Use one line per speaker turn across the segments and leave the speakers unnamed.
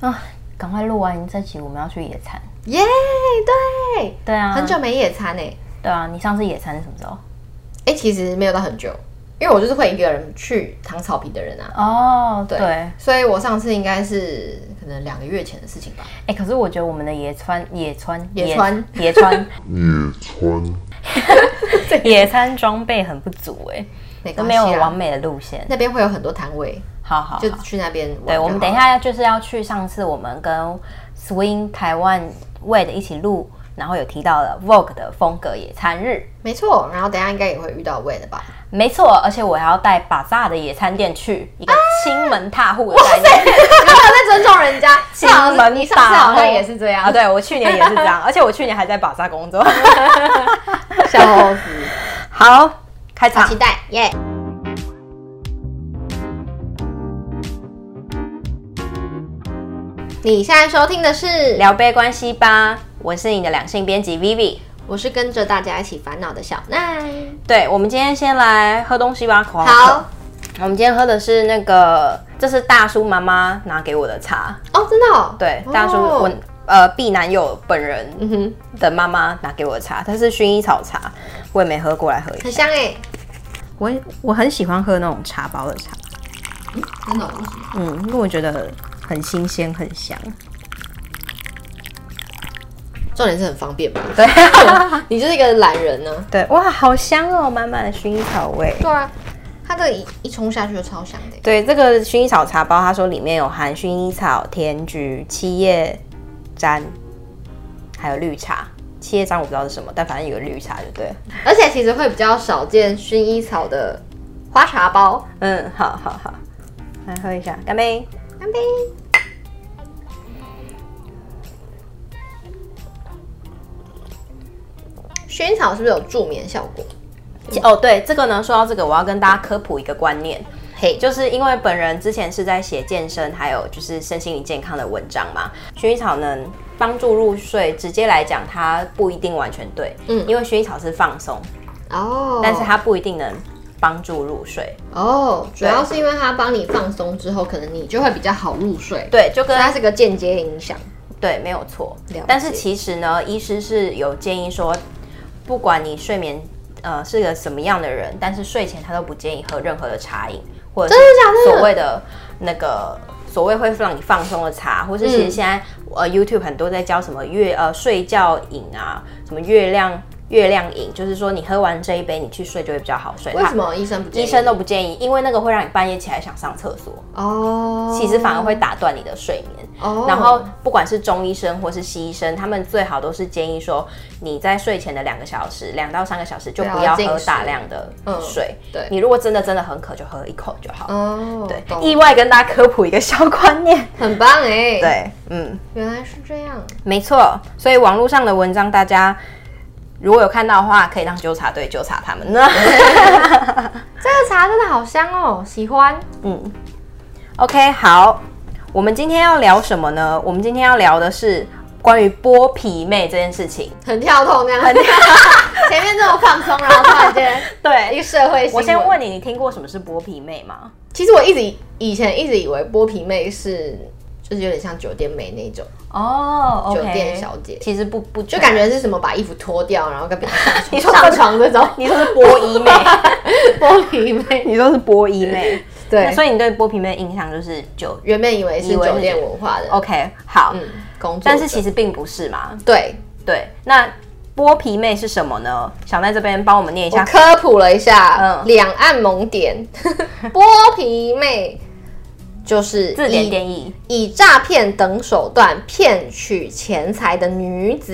啊，赶快录完这集，我们要去野餐。
耶、对，
对啊，
很久没野餐诶、
对啊，你上次野餐是什么时候？
哎、其实没有到很久，因为我就是会一个人去躺草皮的人啊。
哦，对，哎、
所以我上次应该是可能两个月前的事情吧。
哎可是我觉得我们的野川、野川、
野川、
野川、
野川。
野餐装备很不足哎，
没
都
关
没
系
有
啊，
完美的路线。
那边会有很多摊位，
好好好，
就去那边玩
对，
就
我们
好
等一下就是要去上次我们跟 Swing 台湾 Wade 一起录，然后有提到了 Vogue 的风格野餐日。
没错，然后等一下应该也会遇到位的吧？
没错，而且我还要带巴萨的野餐店去
啊
一个亲门踏户的概念，
你没有在尊重人家，
亲
上次你
门
上
踏户
次好像也是这样
啊。，对，我去年也是这 样，而且我去年还在巴萨工 作。
笑死，
好，开
好
场
期。待耶！你现在收听的是，
聊杯关系吧，我是你的两性编辑 Vivi。
我是跟着大家一起烦恼的小奈。
对，我们今天先来喝东西吧，口渴
好。
我们今天喝的是那个，这是大叔妈妈拿给我的茶。
哦，真的、哦，
对，
哦
大叔、我呃 B 男友本人
嗯哼，
的妈妈拿给我的茶，它是薰衣草茶，我也没喝过，来喝一
很
下。
香哎，
我我很喜欢喝那种茶包的茶，
真的、哦，为什么？
嗯，因为我觉得很新鲜，很香。
重点是很方便吧？
对
你就是一个懒人啊呢、
对，哇，好香哦，满满的薰衣草味。
对啊，它这个一一冲下去就超香的欸。
对，这个薰衣草茶包，它说里面有含薰衣草、甜菊、七叶毡，还有绿茶。七叶毡我不知道是什么，但反正有个绿茶就对了。
而且其实会比较少见薰衣草的花茶包。
嗯，好好好，来喝一下，干杯！
干杯！薰衣草是不是有助眠效果？
哦，对，这个呢，说到这个，我要跟大家科普一个观念，
嘿，
就是因为本人之前是在写健身，还有就是身心灵健康的文章嘛，薰衣草能帮助入睡，直接来讲它不一定完全对，嗯
嗯，
因为薰衣草是放松，
哦，
但是它不一定能帮助入睡，
哦，主要是因为它帮你放松之后，可能你就会比较好入睡。
对，就跟
所以它是个间接影响。
对，没有错
了。
但是
解
其实呢，医师是有建议说，不管你睡眠呃是个什么样的人，但是睡前他都不建议喝任何的茶饮，或者是
真的假的
所谓的那个所谓会让你放松的茶，或是其实
嗯
现在、呃 YouTube 很多在教什么月呃睡觉饮啊，什么月亮月亮饮，就是说你喝完这一杯你去睡就会比较好睡。
为
他
什？么医生不建
医
议？
生都不建议，因为那个会让你半夜起来想上厕所，
哦，
其实反而会打断你的睡眠。
哦，
然后不管是中医生或是西医生，他们最好都是建议说，你在睡前的两个小时，两到三个小时就
对啊
不要
进
喝
食
大量的
嗯
水。
对
你如果真的真的很渴，就喝一口就好。
哦，
对，
懂
意外跟大家科普一个小观念。
很棒哎，，
对，嗯，
原来是这样。
没错。所以网络上的文章，大家如果有看到的话，可以让纠察队纠察他们呢。
这个茶真的好香哦，喜欢。
嗯，OK，好，我们今天要聊什么呢？我们今天要聊的是关于剥皮妹这件事情。
很跳痛这样，前面这么放松，然后突然间
对
一个社会新闻
我先问，你，你听过什么是剥皮妹吗？
其实我一直以以前一直以为剥皮妹是就是有点像酒店妹 那种，
哦、o
酒
k
店小姐
其实不不，就
就感觉是什么把衣服脱掉，然后跟别人上
你
床
说
上床这种
你说是剥衣妹，
剥皮妹。
你说是剥衣妹，那
对，
所以你对剥皮妹的印象就是酒
原本以为是
以为是
酒店文化的
OK 好，
嗯工作者，
但是其实并不是嘛。
对
对，那剥皮妹是什么呢？小奈这边帮我们念一
我
下。
科普了一下
嗯
两岸 萌点，剥皮妹就是
字典
以
定义，
以诈骗等手段骗取钱财的女子。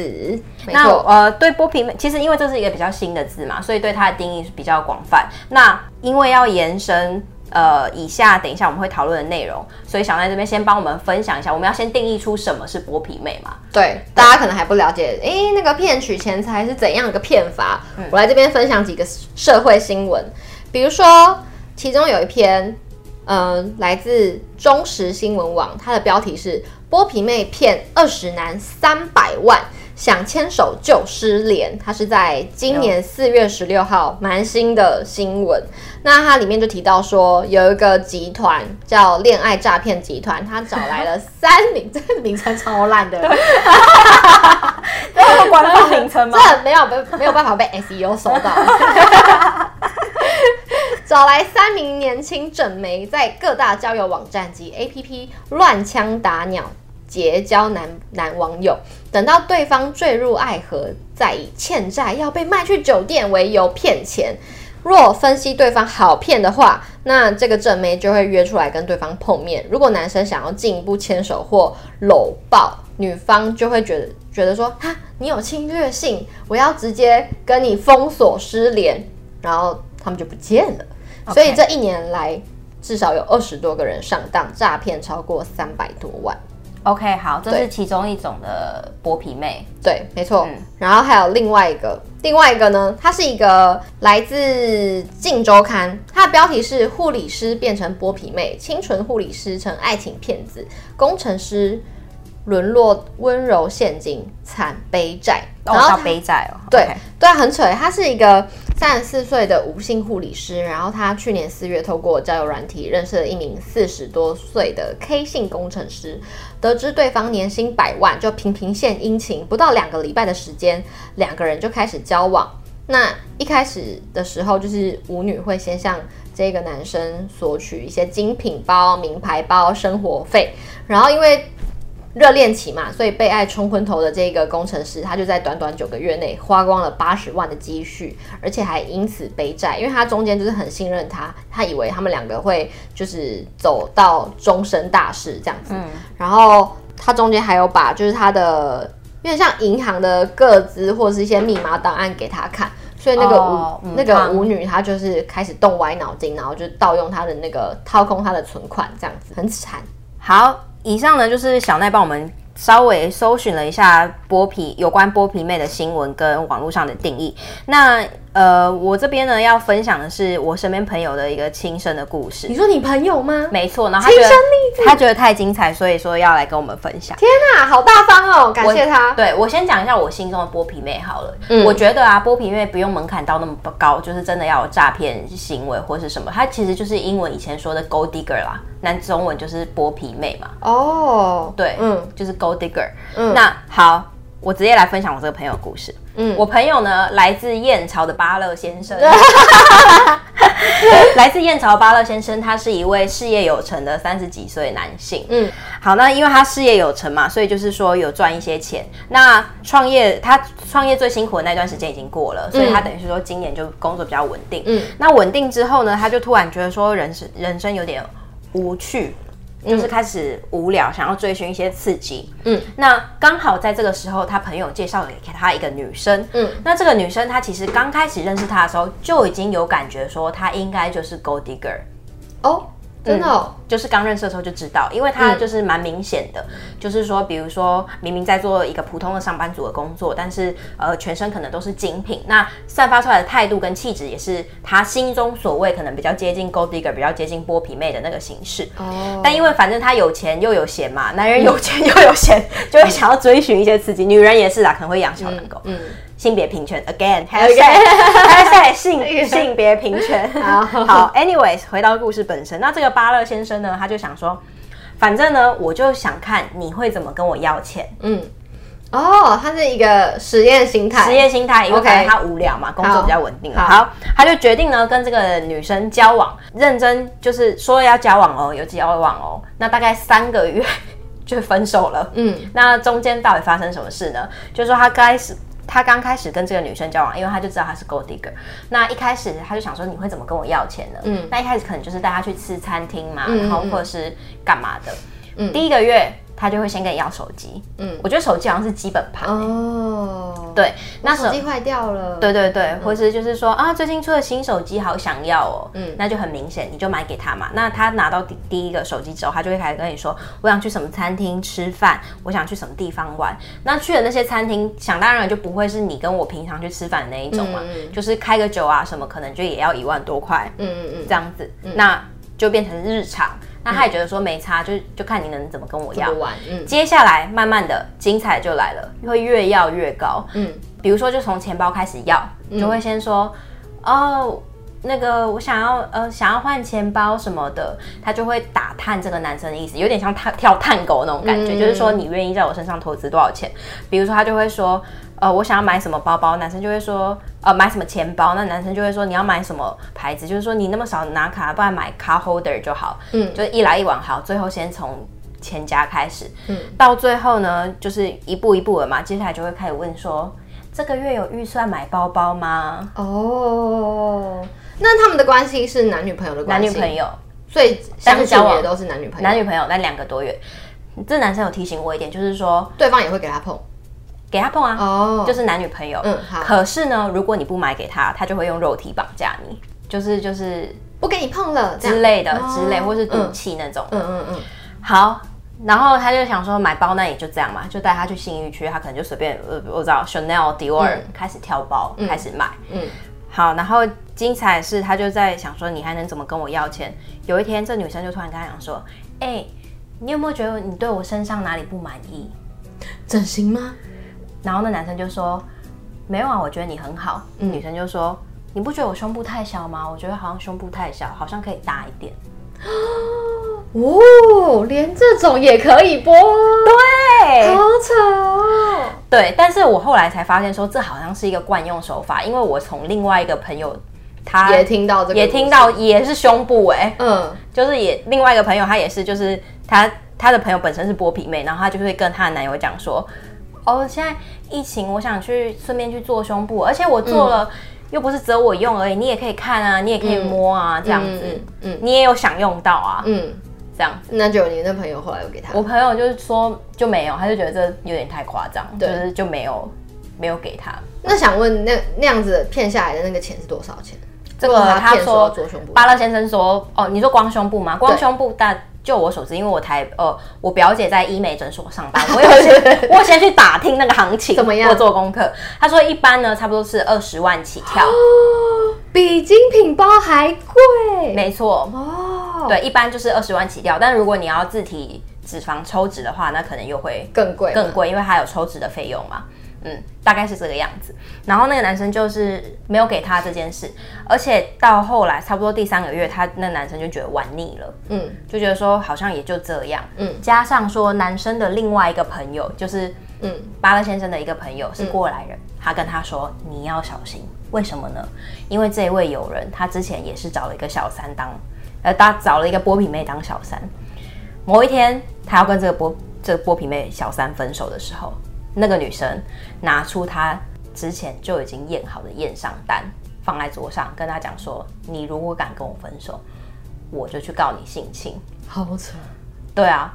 没
那
错，
呃，对剥皮妹，其实因为这是一个比较新的字嘛，所以对它的定义是比较广泛。那因为要延伸呃以下等一下我们会讨论的内容，所以想在这边先帮我们分享一下，我们要先定义出什么是剥皮妹嘛？
对，大家可能还不了解，诶，那个骗取钱财是怎样一个骗法？我来这边分享几个社会新闻，比如说，其中有一篇呃，来自中时新闻网，它的标题是“剥皮妹骗二十男三百万，想牵手就失联”，它是在今年四月十六号蛮新的新闻。那它里面就提到说，有一个集团叫恋爱诈骗集团，它找来了三名， 这个名称超烂的，
这个官方名称 吗？
这没有被没有办法被 SEO 搜到。 找来三名年轻整媒，在各大交友网站及 APP 乱枪打鸟，结交男男网友。等到对方坠入爱河，再以欠债要被卖去酒店为由骗钱。若分析对方好骗的话，那这个正妹就会约出来跟对方碰面。如果男生想要进一步牵手或搂抱，女方就会觉得觉得说哈，你有侵略性，我要直接跟你封锁失联，然后他们就不见了。
OK
所以这一年来，至少有二十多个人上当，诈骗超过三百多万。
OK，好，这
对
是其中一种的剥皮妹。
对，没错。
嗯
然后还有另外一个，另外一个呢，它是一个来自《镜周刊》，它的标题是“护理师变成剥皮妹，清纯护理师成爱情骗子，工程师沦落温柔陷阱，惨背债”。
哦，
然后
到
它
背债哦。
对
OK
对啊，很扯。他是一个三十四岁的无性护理师，然后他去年四月透过交友软体认识了一名四十多岁的 K 姓工程师，得知对方年薪百万，就频频献殷勤。不到两个礼拜的时间，两个人就开始交往。那一开始的时候，就是舞女会先向这个男生索取一些精品包、名牌包、生活费，然后因为热恋期嘛，所以被爱冲昏头的这个工程师，他就在短短九个月内花光了八十万的积蓄，而且还因此背债，因为他中间就是很信任他，他以为他们两个会就是走到终身大事这样子，然后他中间还有把就是他的有点像银行的个资或者是一些密码档案给他看。所以那个舞、
哦嗯
那个
他
舞女，她就是开始动歪脑筋，然后就盗用他的那个掏空他的存款，这样子很惨。
好，以上呢就是小奈帮我们稍微搜寻了一下剥皮有关剥皮妹的新闻跟网络上的定义。那呃，我这边呢要分享的是我身边朋友的一个亲身的故事
你。说你朋友吗？
没错，然后他
嗯亲
觉
身
得他觉得太精彩，所以说要来跟我们分享。
天哪，好大方哦！感谢他。
对我先讲一下我心中的剥皮妹好了。
嗯
我觉得啊，剥皮妹不用门槛到那么高，就是真的要有诈骗行为或是什么，它其实就是英文以前说的 gold digger 啦，那中文就是剥皮妹嘛。
哦，
对，
嗯
嗯，就是 gold digger。
嗯
那好，我直接来分享我这个朋友的故事。
嗯
嗯，我朋友呢来自燕巢的巴勒先生， 来自燕巢巴勒先生，他是一位事业有成的三十几岁男性。
嗯
嗯，好，那因为他事业有成嘛，所以就是说有赚一些钱。那创业，他创业最辛苦的那段时间已经过了，所以他等于是说今年就工作比较稳定。
嗯
嗯，那稳定之后呢，他就突然觉得说人生人生有点呃无趣。就是开始无聊，想要追寻一些刺激。
嗯
嗯，那刚好在这个时候，他朋友介绍给他一个女生。
嗯
嗯，那这个女生她其实刚开始认识他的时候，就已经有感觉说她应该就是 gold digger。
哦，真的哦，
就是刚认识的时候就知道，因为他就是蛮明显的，就是说，比如说明明在做一个普通的上班族的工作，但是呃全身可能都是精品，那散发出来的态度跟气质也是他心中所谓可能比较接近 gold digger，比较接近剥皮妹的那个形式。
哦，
但因为反正他有钱又有闲嘛， 男人有钱又有闲，就会想要追寻一些刺激。女人也是啦，可能会养小狼狗。
嗯，
性别平权，again，还 有 hashtag 性性别平权。
好
好，anyways，回到故事本身，那这个巴勒先生呢，他就想说，反正呢，我就想看你会怎么跟我要钱，
嗯，哦，他是一个实验心态，
职业心态，因为
OK
可能他无聊嘛，工作比较稳定了。
好
好，他就决定呢跟这个女生交往，认真就是说要交往哦，有交往哦，那大概三个月 就分手了。
嗯，
那中间到底发生什么事呢？就是说他开始。他刚开始跟这个女生交往，因为他就知道她是 gold digger。那一开始他就想说你会怎么跟我要钱呢？
嗯
嗯，那一开始可能就是带她去吃餐厅嘛，
嗯嗯
然后
嗯
或者是干嘛的。
嗯
第一个月他就会先跟你要手机。
嗯
嗯，我觉得手机好像是基本盘。
哦，，
对，那时
手
候
机坏掉了，
对，对对，或是就是说啊，最近出了新手机，好想要哦，
嗯
嗯，那就很明显，你就买给他嘛。那他拿到第第一个手机之后，他就会开始跟你说，我想去什么餐厅吃饭，我想去什么地方玩。那去的那些餐厅，想当然就不会是你跟我平常去吃饭的那一种嘛，
嗯
就是开个酒啊什么，可能就也要一万多块
嗯嗯嗯，嗯
这样子。那就就变成日常。那他也觉得说没差，就是就看你能怎么跟我
怎
要
么。玩？嗯
接下来慢慢的精彩就来了，会越要越高。
嗯，
比如说就从钱包开始要，就会先说、哦。那个我想要呃想要换钱包什么的，他就会打探这个男生的意思，有点像探跳探狗那种感觉，
嗯
就是说你愿意在我身上投资多少钱？比如说他就会说，呃我想要买什么包包，男生就会说呃买什么钱包，那男生就会说你要买什么牌子，就是说你那么少拿卡，不然买 car holder 就好，
嗯
嗯，就是一来一往好，最后先从钱家开始，
嗯
嗯，到最后呢，就是一步一步的嘛，接下来就会开始问说，这个月有预算买包包吗？
哦，那他们的关系是男女朋友的关
男
系，
女朋友，
所以
但
相
是
处
交往
也都是男女朋友，
男女朋友，那两个多月，这男生有提醒我一点，就是说
对方也会给他碰
给他碰啊，
哦，
就是男女朋友，
嗯好，
可是呢，如果你不买给他，他就会用肉体绑架你，就是就是
不给你碰了这样
之类的
哦
之类，或是赌
嗯
气那种，
嗯嗯嗯，
好，然后他就想说买包那也就这样嘛，就带他去信义区，他可能就随便呃我知道 Chanel、Dior、开始挑包，开始买。
嗯
嗯，好，然后精彩的是他就在想说你还能怎么跟我要钱？有一天这女生就突然跟他讲说，哎、你有没有觉得你对我身上哪里不满意？
整形吗？
然后那男生就说没有啊，我觉得你很好。女生就说你不觉得我胸部太小吗？我觉得好像胸部太小，好像可以大一点。
哦，连这种也可以播，
对
好丑哦。
对，但是我后来才发现说，这好像是一个惯用手法，因为我从另外一个朋友，他
也听到这个，
也听，到也是胸部哎、
嗯，
就是也另外一个朋友，他也是，就是他他的朋友本身是剥皮妹，然后他就会跟他的男友讲说，哦，现在疫情，我想去顺便去做胸部，而且我做
嗯
了、又不是只有我用而已，你也可以看啊，你也可以摸啊，这样子，
嗯
你也有享用到啊，
嗯，
这样。
那就你那朋友后来有给他，
我朋友就是说就没有，他就觉得这有点太夸张，就
对
是就没有没有给他。
那想问那那样子骗下来的那个钱是多少钱？
这个
如果他
他
骗说
说
做胸部，
巴勒先生说，哦，你说光胸部吗？光胸部，但就我所知，因为我台呃，我表姐在医美诊所上 班，我有先我有先去打听那个行情，
怎么样
我做功课，他说一般呢，差不多是二十万起 跳，
比精品包还贵
没错，
哦，
对，一般就是二十万起跳。但如果你要自体脂肪抽脂的话，那可能又会
更贵，
更，贵，因为它有抽脂的费用嘛。嗯，大概是这个样子。然后那个男生就是没有给他这件事，而且到后来差不多第三个月，他那男生就觉得玩腻了。
嗯
就觉得说好像也就这样，
嗯
嗯，加上说男生的另外一个朋友，就是
嗯，
巴勒先生的一个朋友是过来人，他跟他说你要小心，为什么呢？因为这位友人他之前也是找了一个小三当，呃，他找了一个剥皮妹当小三，某一天他要跟这个剥这个剥皮妹小三分手的时候，那个女生拿出她之前就已经验好的验伤单放在桌上，跟他讲说，你如果敢跟我分手，我就去告你性侵。
好扯，
对啊，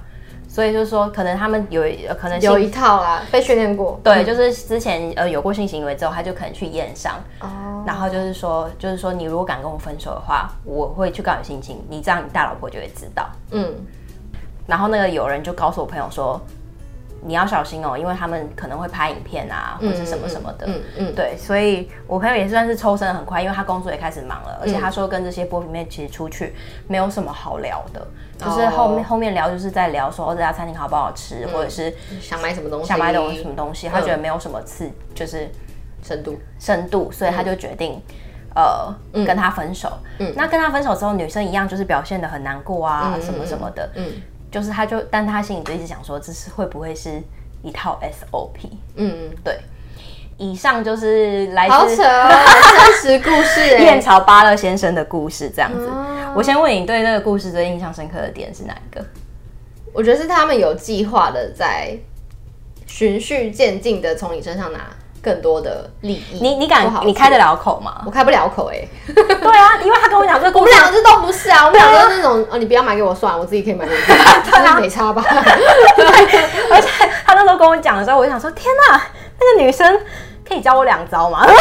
所以就是说，可能他们有呃可能性
有一嗯套啦，被训练过，
对，就是之前呃有过性行为之后，他就可能去验伤，
哦，
然后就是说，就是说你如果敢跟我分手的话，我会去告你性侵，你这样你大老婆就会知道。
嗯，
然后那个友人就告诉我朋友说，你要小心哦，因为他们可能会拍影片啊，或是什么什么的。
嗯嗯，
对，所以我朋友也算是抽身很快，因为他工作也开始忙了，
嗯
而且他说跟这些波皮妹其实出去没有什么好聊的，就是后面、
哦嗯
后面聊就是在聊说哦这家餐厅好不好吃，或者是
想买什么东西，嗯
想买东什么东西，他觉得没有什么刺，就是
深度，
深度，所以
嗯
他就决定。呃，跟他分手。那跟他分手之后，女生一样就是表现的很难过啊，什么什么的。
嗯
就是他就，但他心里就一直想说，这是会不会是一套 SOP？
嗯，
对，以上就是来
好
自
扯哦，真实故 事欸，
燕巢巴勒先生的故事，这样子。
哦
我先问你，对那个故事最印象深刻的点是哪一个？
我觉得是他们有计划的在循序渐进的从你身上拿更多的利益。
你你
不好
敢
说
你开得？了口 吗？
我开不了口哎、
对啊，因为他跟我讲这个故
我
事
们，两个这都不是啊，我们两个是那种哦，你不要买给我算了，我自己可以买 给你，
啊
真的没差吧？
而且他那时候跟我讲的时候，我就想说，天哪、那个女生可以教我两招吗？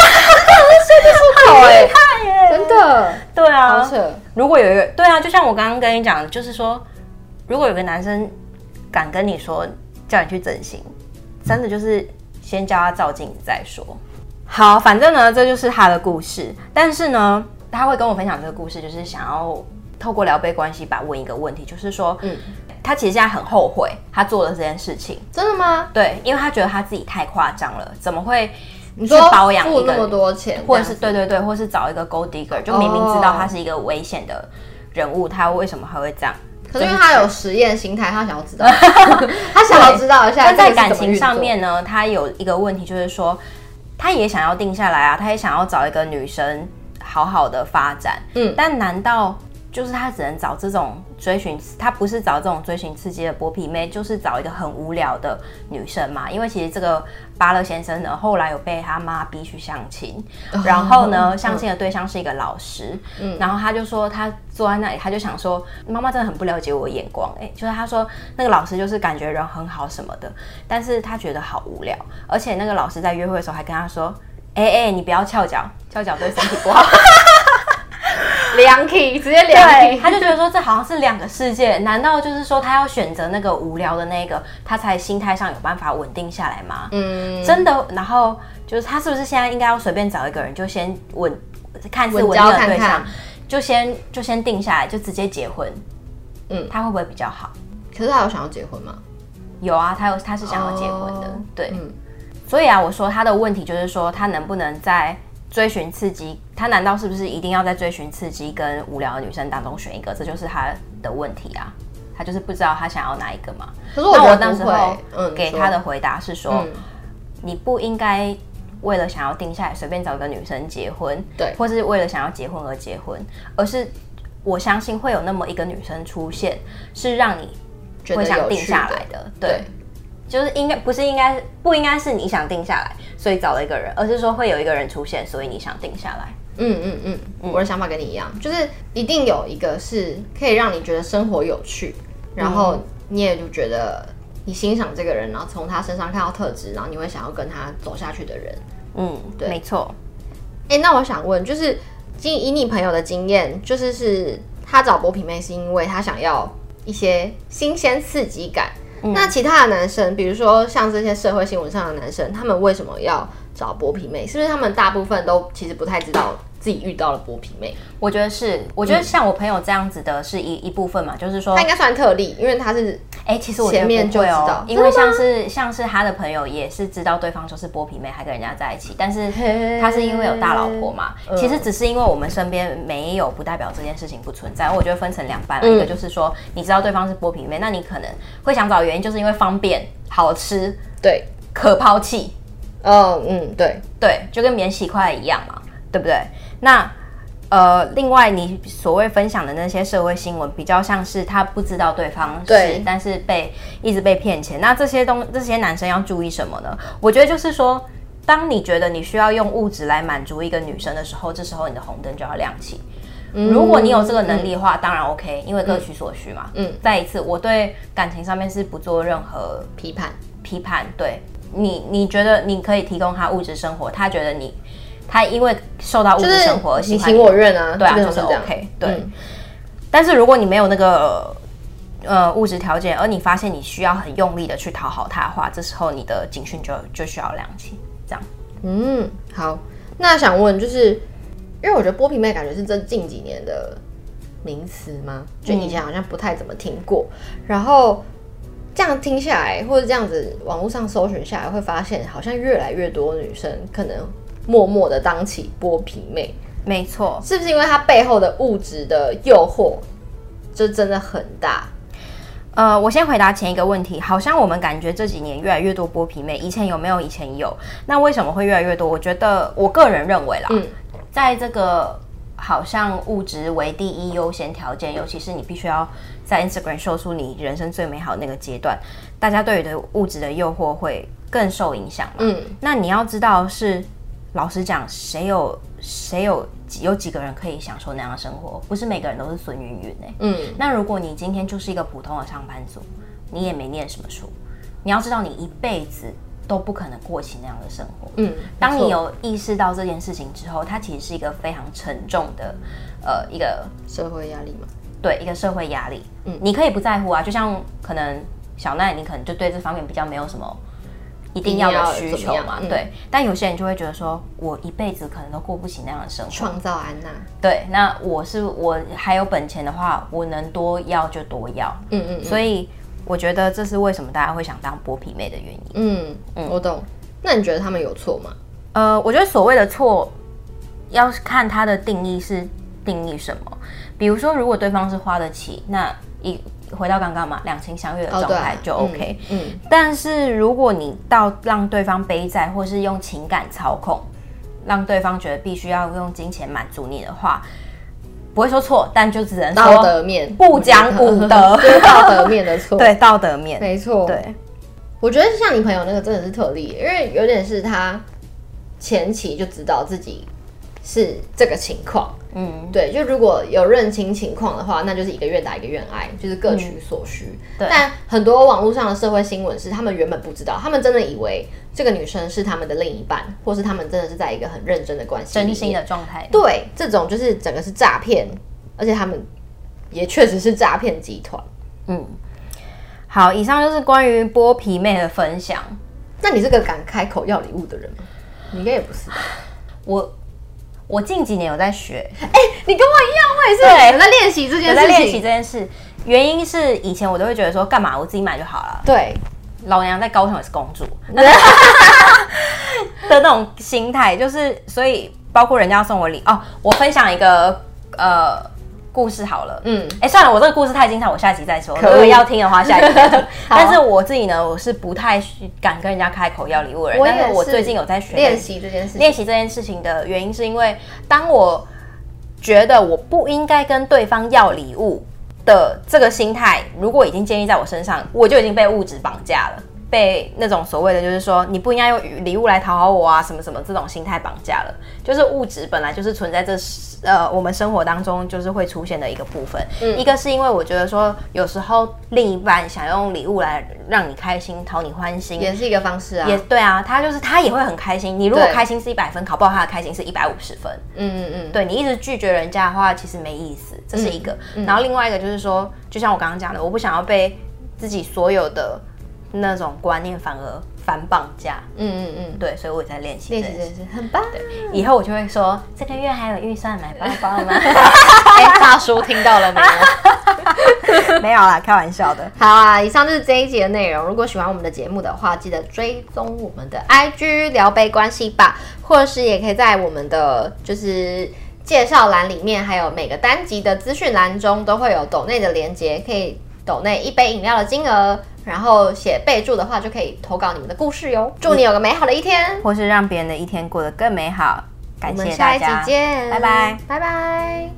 出口哎、
太耶、
真的
对
好
啊，
扯，
如果有一个对啊，就像我刚刚跟你讲的，就是说，如果有个男生敢跟你说叫你去整形，真的就是先叫他照镜子再说。好，反正呢，这就是他的故事。但是呢，他会跟我分享这个故事，就是想要透过聊杯关系吧问一个问题，就是说，嗯，他其实现在很后悔他做了这件事情，
真的吗？
对，因为他觉得他自己太夸张了，怎么会
你
去
说
保养
付
一
那么
个，
多钱，
或者是
这样
对
子
对对，或是找一个 gold digger，就明明知道他是一个危险的人物，他为什么还会这样？
可是因为他有实验心态，他想要 知道，他想要知道一下
那在
这个是
感
怎么
情
运作
上，面呢，他有一个问题，就是说，他也想要定下来啊，他也想要找一个女生好好的发展，嗯
嗯，
但难道就是他只能找这种追寻，他不是找这种追寻刺激的剥皮妹，就是找一个很无聊的女生嘛？因为其实这个巴勒先生呢，后来有被他妈逼去相亲，
哦
然后呢，
嗯
相亲的对象是一个老师，然后他就说他坐在那里，他就想说妈妈真的很不了解我的眼光，哎、就是他说那个老师就是感觉人很好什么的，但是他觉得好无聊，而且那个老师在约会的时候还跟他说，哎、哎、你不要翘脚，翘脚对身体 不好。
量体直接量
对，
体，
他就觉得说这好像是两个世界，难道就是说他要选择那个无聊的那个，他才心态上有办法稳定下来吗？
嗯，
真的，然后就是他是不是现在应该要随便找一个人，就先稳，看似
稳
稳定
交
的
看
对象，
看
就先就先定下来，就直接结婚，嗯
嗯，
他会不会比较好？
可是他有想要结婚吗？
有啊，他有他是想要结婚的，
哦
对，
嗯
所以啊，我说他的问题就是说他能不能在追寻刺激，他难道是不是一定要在追寻刺激跟无聊的女生当中选一个？这就是他的问题啊，他就是不知道他想要哪一个嘛。
可是我
那我
觉得
当
不
时
会
候，
嗯，
给
你说
他的回答是说，
嗯
你不应该为了想要定下来随便找一个女生结婚，
对
或是为了想要结婚而结婚，而是我相信会有那么一个女生出现，是让你
觉
会
得
想
有
定
趣
下
的
来的，对。
对，
就是应该不是应该不应该是你想定下来，所以找了一个人，而是说会有一个人出现，所以你想定下来。
嗯嗯嗯，我的想法跟你一样，就是一定有一个是可以让你觉得生活有趣，然
嗯
后你也就觉得你欣赏这个人，然后从他身上看到特质，然后你会想要跟他走下去的人。
嗯，对，没错。
哎、那我想问，就是经以你朋友的经验，就是是他找薄皮妹是因为他想要一些新鲜刺激感。
嗯
那其他的男生，比如说像这些社会新闻上的男生，他们为什么要找薄皮妹？是不是他们大部分都其实不太知道自己遇到了薄皮妹？
我觉得是，我
嗯
觉得像我朋友这样子的是一、一部分嘛，就是说
他，应该算特例，因为他是
哎、其实我觉得
前面
不会
就知
哦
道，
因为像是像是他的朋友也是知道对方就是剥皮妹，还跟人家在一起，但是
嘿
他是因为有大老婆嘛，
嗯
其实只是因为我们身边没有，不代表这件事情不存在。我觉得分成两
嗯
半，啊一个就是说你知道对方是剥皮妹，那你可能会想找的原因就是因为方便、好吃、
对，
可抛弃，
哦，嗯，对，
对，就跟免洗筷一样嘛，对不对？那呃，另外你所谓分享的那些社会新闻，比较像是他不知道对方是
对，
但是被一直被骗钱。那这些东这些男生要注意什么呢？我觉得就是说。当你觉得你需要用物质来满足一个女生的时候，这时候你的红灯就要亮起。如果你有这个能力的话，当然 OK，因为各取所需嘛。嗯
嗯，
再一次，我对感情上面是不做任何
批判，
批判，对你，你觉得你可以提供他物质生活，他觉得你，他因为受到物
就
质
是
生活而喜
你
欢
情
你，
我愿啊，
对啊，
基
就
本
是
上这样
OK，对。
嗯
但是如果你没有那个呃物质条件，而你发现你需要很用力的去讨好他的话，这时候你的警讯就就需要亮起，这样。
嗯，好，那想问就是，因为我觉得剥皮妹感觉是这近几年的名词吗？就以
嗯
前好像不太怎么听过，然后这样听下来，或者这样子网络上搜寻下来，会发现好像越来越多女生可能默默的当起剥皮妹，
没错，
是不是因为它背后的物质的诱惑就真的很大？
呃，我先回答前一个问题，好像我们感觉这几年越来越多剥皮妹，以前有没有？以前有，那为什么会越来越多？我觉得我个人认为啦，
嗯
在这个好像物质为第一优先条件，尤其是你必须要在 Instagram 秀出你人生最美好的那个阶段，大家对于的物质的诱惑会更受影响嘛。
嗯，
那你要知道是，老实讲，谁有谁有几有几个人可以享受那样的生活？不是每个人都是孙云云哎。
嗯，
那如果你今天就是一个普通的上班族，你也没念什么书，你要知道你一辈子都不可能过起那样的生活。
嗯，
当
没
你
错
有意识到这件事情之后，它其实是一个非常沉重的，呃，一个
社会压力嘛，
对一个社会压力。嗯，你可以不在乎啊，就像可能小奈，你可能就对这方面比较没有什么。一定要的需
一定
求
要怎么
嘛
样，嗯
对。但有些人就会觉得说，我一辈子可能都过不起那样的生活，
创造安娜，
对。那我是我还有本钱的话，我能多要就多要，
嗯嗯
所以我觉得这是为什么大家会想当剥皮妹的原因。
嗯嗯，我懂。那你觉得他们有错吗？
呃，我觉得所谓的错，要是看它的定义是定义什么。比如说，如果对方是花得起，那一回到刚刚嘛，两情相悦的
哦，
状
对
态
啊，
就 OK。
嗯。嗯，
但是如果你到让对方背债，或是用情感操控，让对方觉得必须要用金钱满足你的话，不会说错，但就只能
道
说
德面嗯
不讲武德
就是道德面的 错。，
对道德面，
没错。，
对
我觉得像你朋友那个真的是特例，因为有点是他前期就知道自己是这个情况。
嗯
对，就如果有认清情况的话，那就是一个愿打一个愿挨，就是各取所需。
嗯对
但很多网络上的社会新闻是，他们原本不知道，他们真的以为这个女生是他们的另一半，或是他们真的是在一个很认真的关系里
真
面，
心的状态，
对，这种就是整个是诈骗，而且他们也确实是诈骗集团。
嗯。好，以上就是关于剥皮妹的分享。
那你是个敢开口要礼物的人吗？你应该也不是吧。
我我近几年有在学，
你跟我一样，我也
对
是有在练习这
有
件
在
事
练习这
情。
件事。原因是以前我都会觉得说，干嘛我自己买就好了，
对，
老娘在高雄也是公主 的那种心态，就是所以包括人家要送我礼哦，我分享一个呃故事好了，
嗯，
哎、算了，我这个故事太精彩，我下集再说。
可
如
恶
果要听的话，下集再听
好
但是我自己呢，我是不太敢跟人家开口要礼物的人，
我也
但是我
是
最近有在学
练习这件事情。
练习这件事情的原因，是因为当我觉得我不应该跟对方要礼物的这个心态，如果已经建立在我身上，我就已经被物质绑架了，被那种所谓的就是说你不应该用礼物来讨好我啊，什么什么这种心态绑架了。就是物质本来就是存在这呃我们生活当中就是会出现的一个部分。
嗯
一个是因为我觉得说有时候另一半想用礼物来让你开心、讨你欢心，
也是一个方式啊，
也对啊，他就是他也会很开心。你如果
对
开心是一百分，考不好他的开心是一百五十分。
嗯嗯嗯，
对你一直拒绝人家的话，其实没意思，这是一个。
嗯
然后另外一个就是说，就像我刚刚讲的，我不想要被自己所有的那种观念反而反绑架。
嗯嗯嗯，
对，所以我也在练习
练
这
习
件
这
事。
件事很棒。
以后我就会说，这个月还有预算买包包 吗？
哎，大叔听到了没有？
没有啦，开玩笑的。
好啊，以上就是这一集的内容。如果喜欢我们的节目的话，记得追踪我们的 IG 聊杯关系吧，或是也可以在我们的就是介绍栏里面，还有每个单集的资讯栏中都会有抖内的连接，可以抖内一杯饮料的金额，然后写备注的话就可以投稿你们的故事哟。祝你有个美好的一天，
或是让别人的一天过得更美好。
我
感
们
谢
下
大
一集
家，
见，
拜拜，
拜拜。